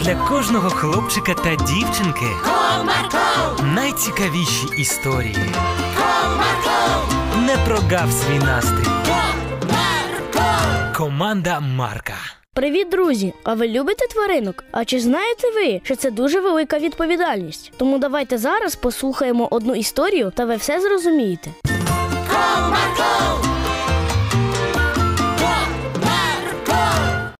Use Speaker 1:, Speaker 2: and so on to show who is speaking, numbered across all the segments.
Speaker 1: для кожного хлопчика та дівчинки
Speaker 2: Comarco,
Speaker 1: найцікавіші історії.
Speaker 2: Comarco,
Speaker 1: Не прогав свій настрій.
Speaker 2: Comarco.
Speaker 1: Команда Марка.
Speaker 3: Привіт, друзі! А ви любите тваринок? А чи знаєте ви, що це дуже велика відповідальність? Тому давайте зараз послухаємо одну історію, та ви все зрозумієте.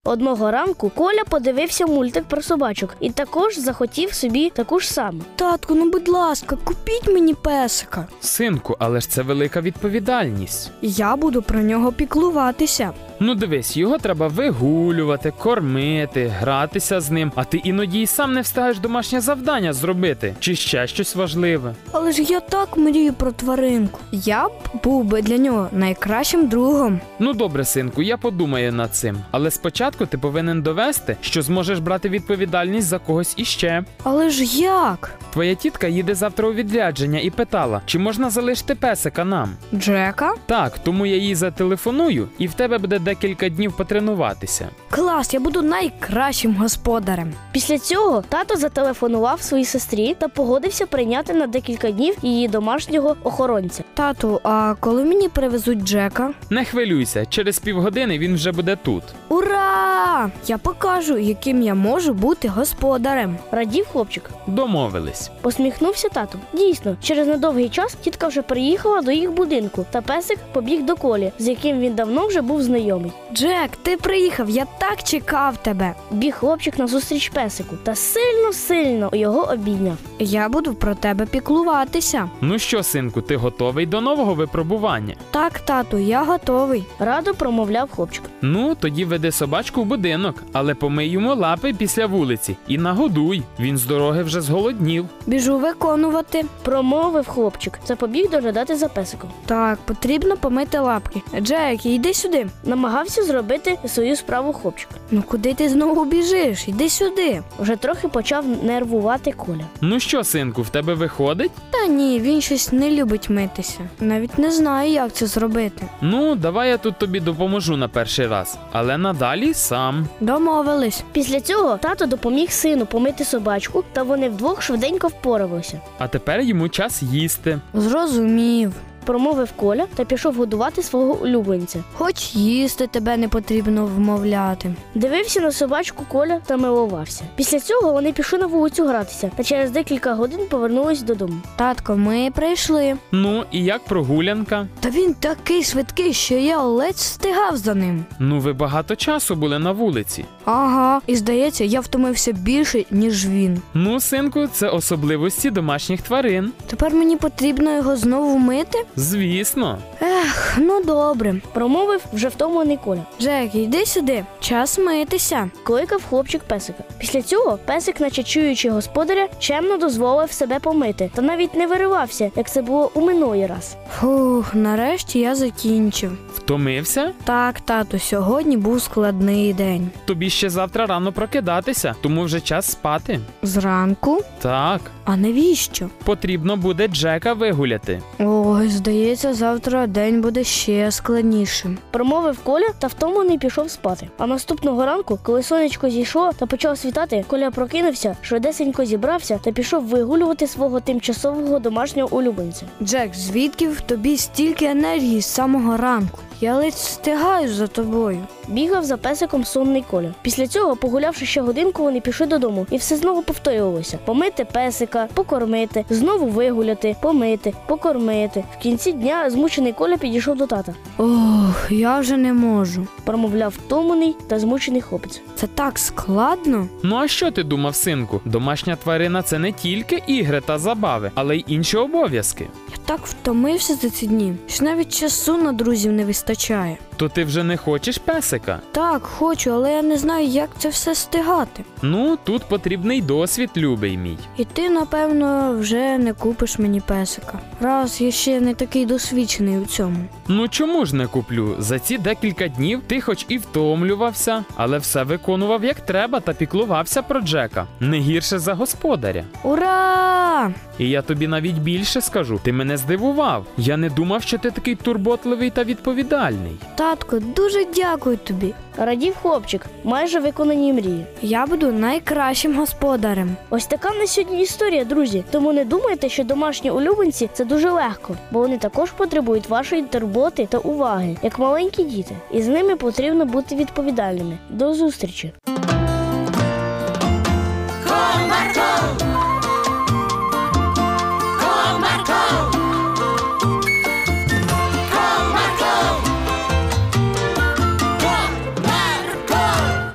Speaker 3: Одного ранку Коля подивився мультик про собачок і також захотів собі таку ж саму.
Speaker 4: Татку, ну будь ласка, купіть мені песика.
Speaker 5: Синку, але ж це велика відповідальність.
Speaker 4: Я буду про нього піклуватися.
Speaker 5: Ну дивись, його треба вигулювати, кормити, гратися з ним, а ти іноді й сам не встигаєш домашнє завдання зробити чи ще щось важливе.
Speaker 4: Але ж я так мрію про тваринку. Я б був би для нього найкращим другом.
Speaker 5: Ну добре, синку, я подумаю над цим. Але спочатку ти повинен довести, що зможеш брати відповідальність за когось іще.
Speaker 4: Але ж як?
Speaker 5: Твоя тітка їде завтра у відрядження і питала, чи можна залишити песика нам.
Speaker 4: Джека?
Speaker 5: Так, тому я їй зателефоную, і в тебе буде декілька днів потренуватися.
Speaker 4: Клас, я буду найкращим господарем.
Speaker 3: Після цього тато зателефонував своїй сестрі та погодився прийняти на декілька днів її домашнього охоронця.
Speaker 4: Тату, а коли мені привезуть Джека?
Speaker 5: Не хвилюйся, через півгодини він вже буде тут.
Speaker 4: Ура! Я покажу, яким я можу бути господарем.
Speaker 3: Радів хлопчик.
Speaker 5: Домовились.
Speaker 3: Посміхнувся тато. Дійсно, через недовгий час тітка вже приїхала до їх будинку, та песик побіг до колі, з яким він давно вже був знайомий.
Speaker 4: Джек, ти приїхав, я так чекав тебе.
Speaker 3: Біг хлопчик назустріч песику та сильно сильно його обійняв.
Speaker 4: Я буду про тебе піклуватися.
Speaker 5: Ну що, синку, ти готовий до нового випробування?
Speaker 4: Так, тату, я готовий.
Speaker 3: Радо промовляв хлопчик.
Speaker 5: Ну, тоді веди собачку в будинок, але помий йому лапи після вулиці і нагодуй. Він з дороги вже зголоднів.
Speaker 4: Біжу виконувати.
Speaker 3: Промовив хлопчик та побіг доглядати за песиком.
Speaker 4: Так, потрібно помити лапки. Джек, йди сюди.
Speaker 3: Намагався зробити свою справу хлопчик.
Speaker 4: Ну куди ти знову біжиш? Йди сюди.
Speaker 3: Вже трохи почав нервувати коля.
Speaker 5: Ну що, синку, в тебе виходить?
Speaker 4: Та ні, він щось не любить митися. Навіть не знаю, як це зробити.
Speaker 5: Ну, давай я тут тобі допоможу на перший раз, але надалі сам.
Speaker 4: Домовились.
Speaker 3: Після цього тато допоміг сину помити собачку, та вони вдвох швиденько впоралися.
Speaker 5: А тепер йому час їсти.
Speaker 4: Зрозумів.
Speaker 3: Промовив коля та пішов годувати свого улюбленця.
Speaker 4: Хоч їсти тебе не потрібно вмовляти.
Speaker 3: Дивився на собачку Коля та милувався. Після цього вони пішли на вулицю гратися та через декілька годин повернулись додому.
Speaker 4: Татко, ми прийшли.
Speaker 5: Ну і як прогулянка?
Speaker 4: Та він такий швидкий, що я ледь встигав за ним.
Speaker 5: Ну, ви багато часу були на вулиці.
Speaker 4: Ага, і здається, я втомився більше, ніж він.
Speaker 5: Ну, синку, це особливості домашніх тварин.
Speaker 4: Тепер мені потрібно його знову мити?
Speaker 5: Звісно.
Speaker 4: Ех, ну добре.
Speaker 3: Промовив вже втомлений Коля.
Speaker 4: Джек, йди сюди, час митися.
Speaker 3: Кликав хлопчик песика. Після цього песик, наче чуючи господаря, чемно дозволив себе помити та навіть не виривався, як це було у минулий раз.
Speaker 4: Фух, нарешті я закінчив.
Speaker 5: Втомився?
Speaker 4: Так, тату, сьогодні був складний день.
Speaker 5: Тобі ще завтра рано прокидатися, тому вже час спати.
Speaker 4: Зранку?
Speaker 5: Так,
Speaker 4: А навіщо?
Speaker 5: потрібно буде Джека вигуляти.
Speaker 4: Ой, здається, завтра день буде ще складнішим.
Speaker 3: Промовив Коля та втомлений пішов спати. А наступного ранку, коли сонечко зійшло та почав світати, Коля прокинувся, швидесенько зібрався та пішов вигулювати свого тимчасового домашнього улюбленця.
Speaker 4: Джек, звідки в тобі стільки енергії з самого ранку? Я ледь встигаю за тобою.
Speaker 3: Бігав за песиком сонний коля. Після цього, погулявши ще годинку, вони пішли додому, і все знову повторювалося: помити песика, покормити, знову вигуляти, помити, покормити. В кінці дня змучений коля підійшов до тата.
Speaker 4: Ох, я вже не можу.
Speaker 3: Промовляв втомлений та змучений хлопець.
Speaker 4: Це так складно.
Speaker 5: Ну а що ти думав, синку? Домашня тварина це не тільки ігри та забави, але й інші обов'язки.
Speaker 4: Я так втомився за ці дні, що навіть часу на друзів не вистачає.
Speaker 5: То ти вже не хочеш песика?
Speaker 4: Так, хочу, але я не знаю, як це все стигати.
Speaker 5: Ну, тут потрібний досвід, любий мій.
Speaker 4: І ти, напевно, вже не купиш мені песика. Раз я ще не такий досвідчений у цьому.
Speaker 5: Ну чому ж не куплю? За ці декілька днів ти хоч і втомлювався, але все виконував як треба та піклувався про Джека, не гірше за господаря.
Speaker 4: Ура!
Speaker 5: І я тобі навіть більше скажу, ти мене здивував. Я не думав, що ти такий турботливий та відповідальний.
Speaker 4: Татко, дуже дякую тобі.
Speaker 3: Радів хлопчик, майже виконані мрії.
Speaker 4: Я буду найкращим господарем.
Speaker 3: Ось така на сьогодні історія, друзі. Тому не думайте, що домашні улюбленці це дуже легко, бо вони також потребують вашої турботи та уваги, як маленькі діти, і з ними потрібно бути відповідальними. До зустрічі!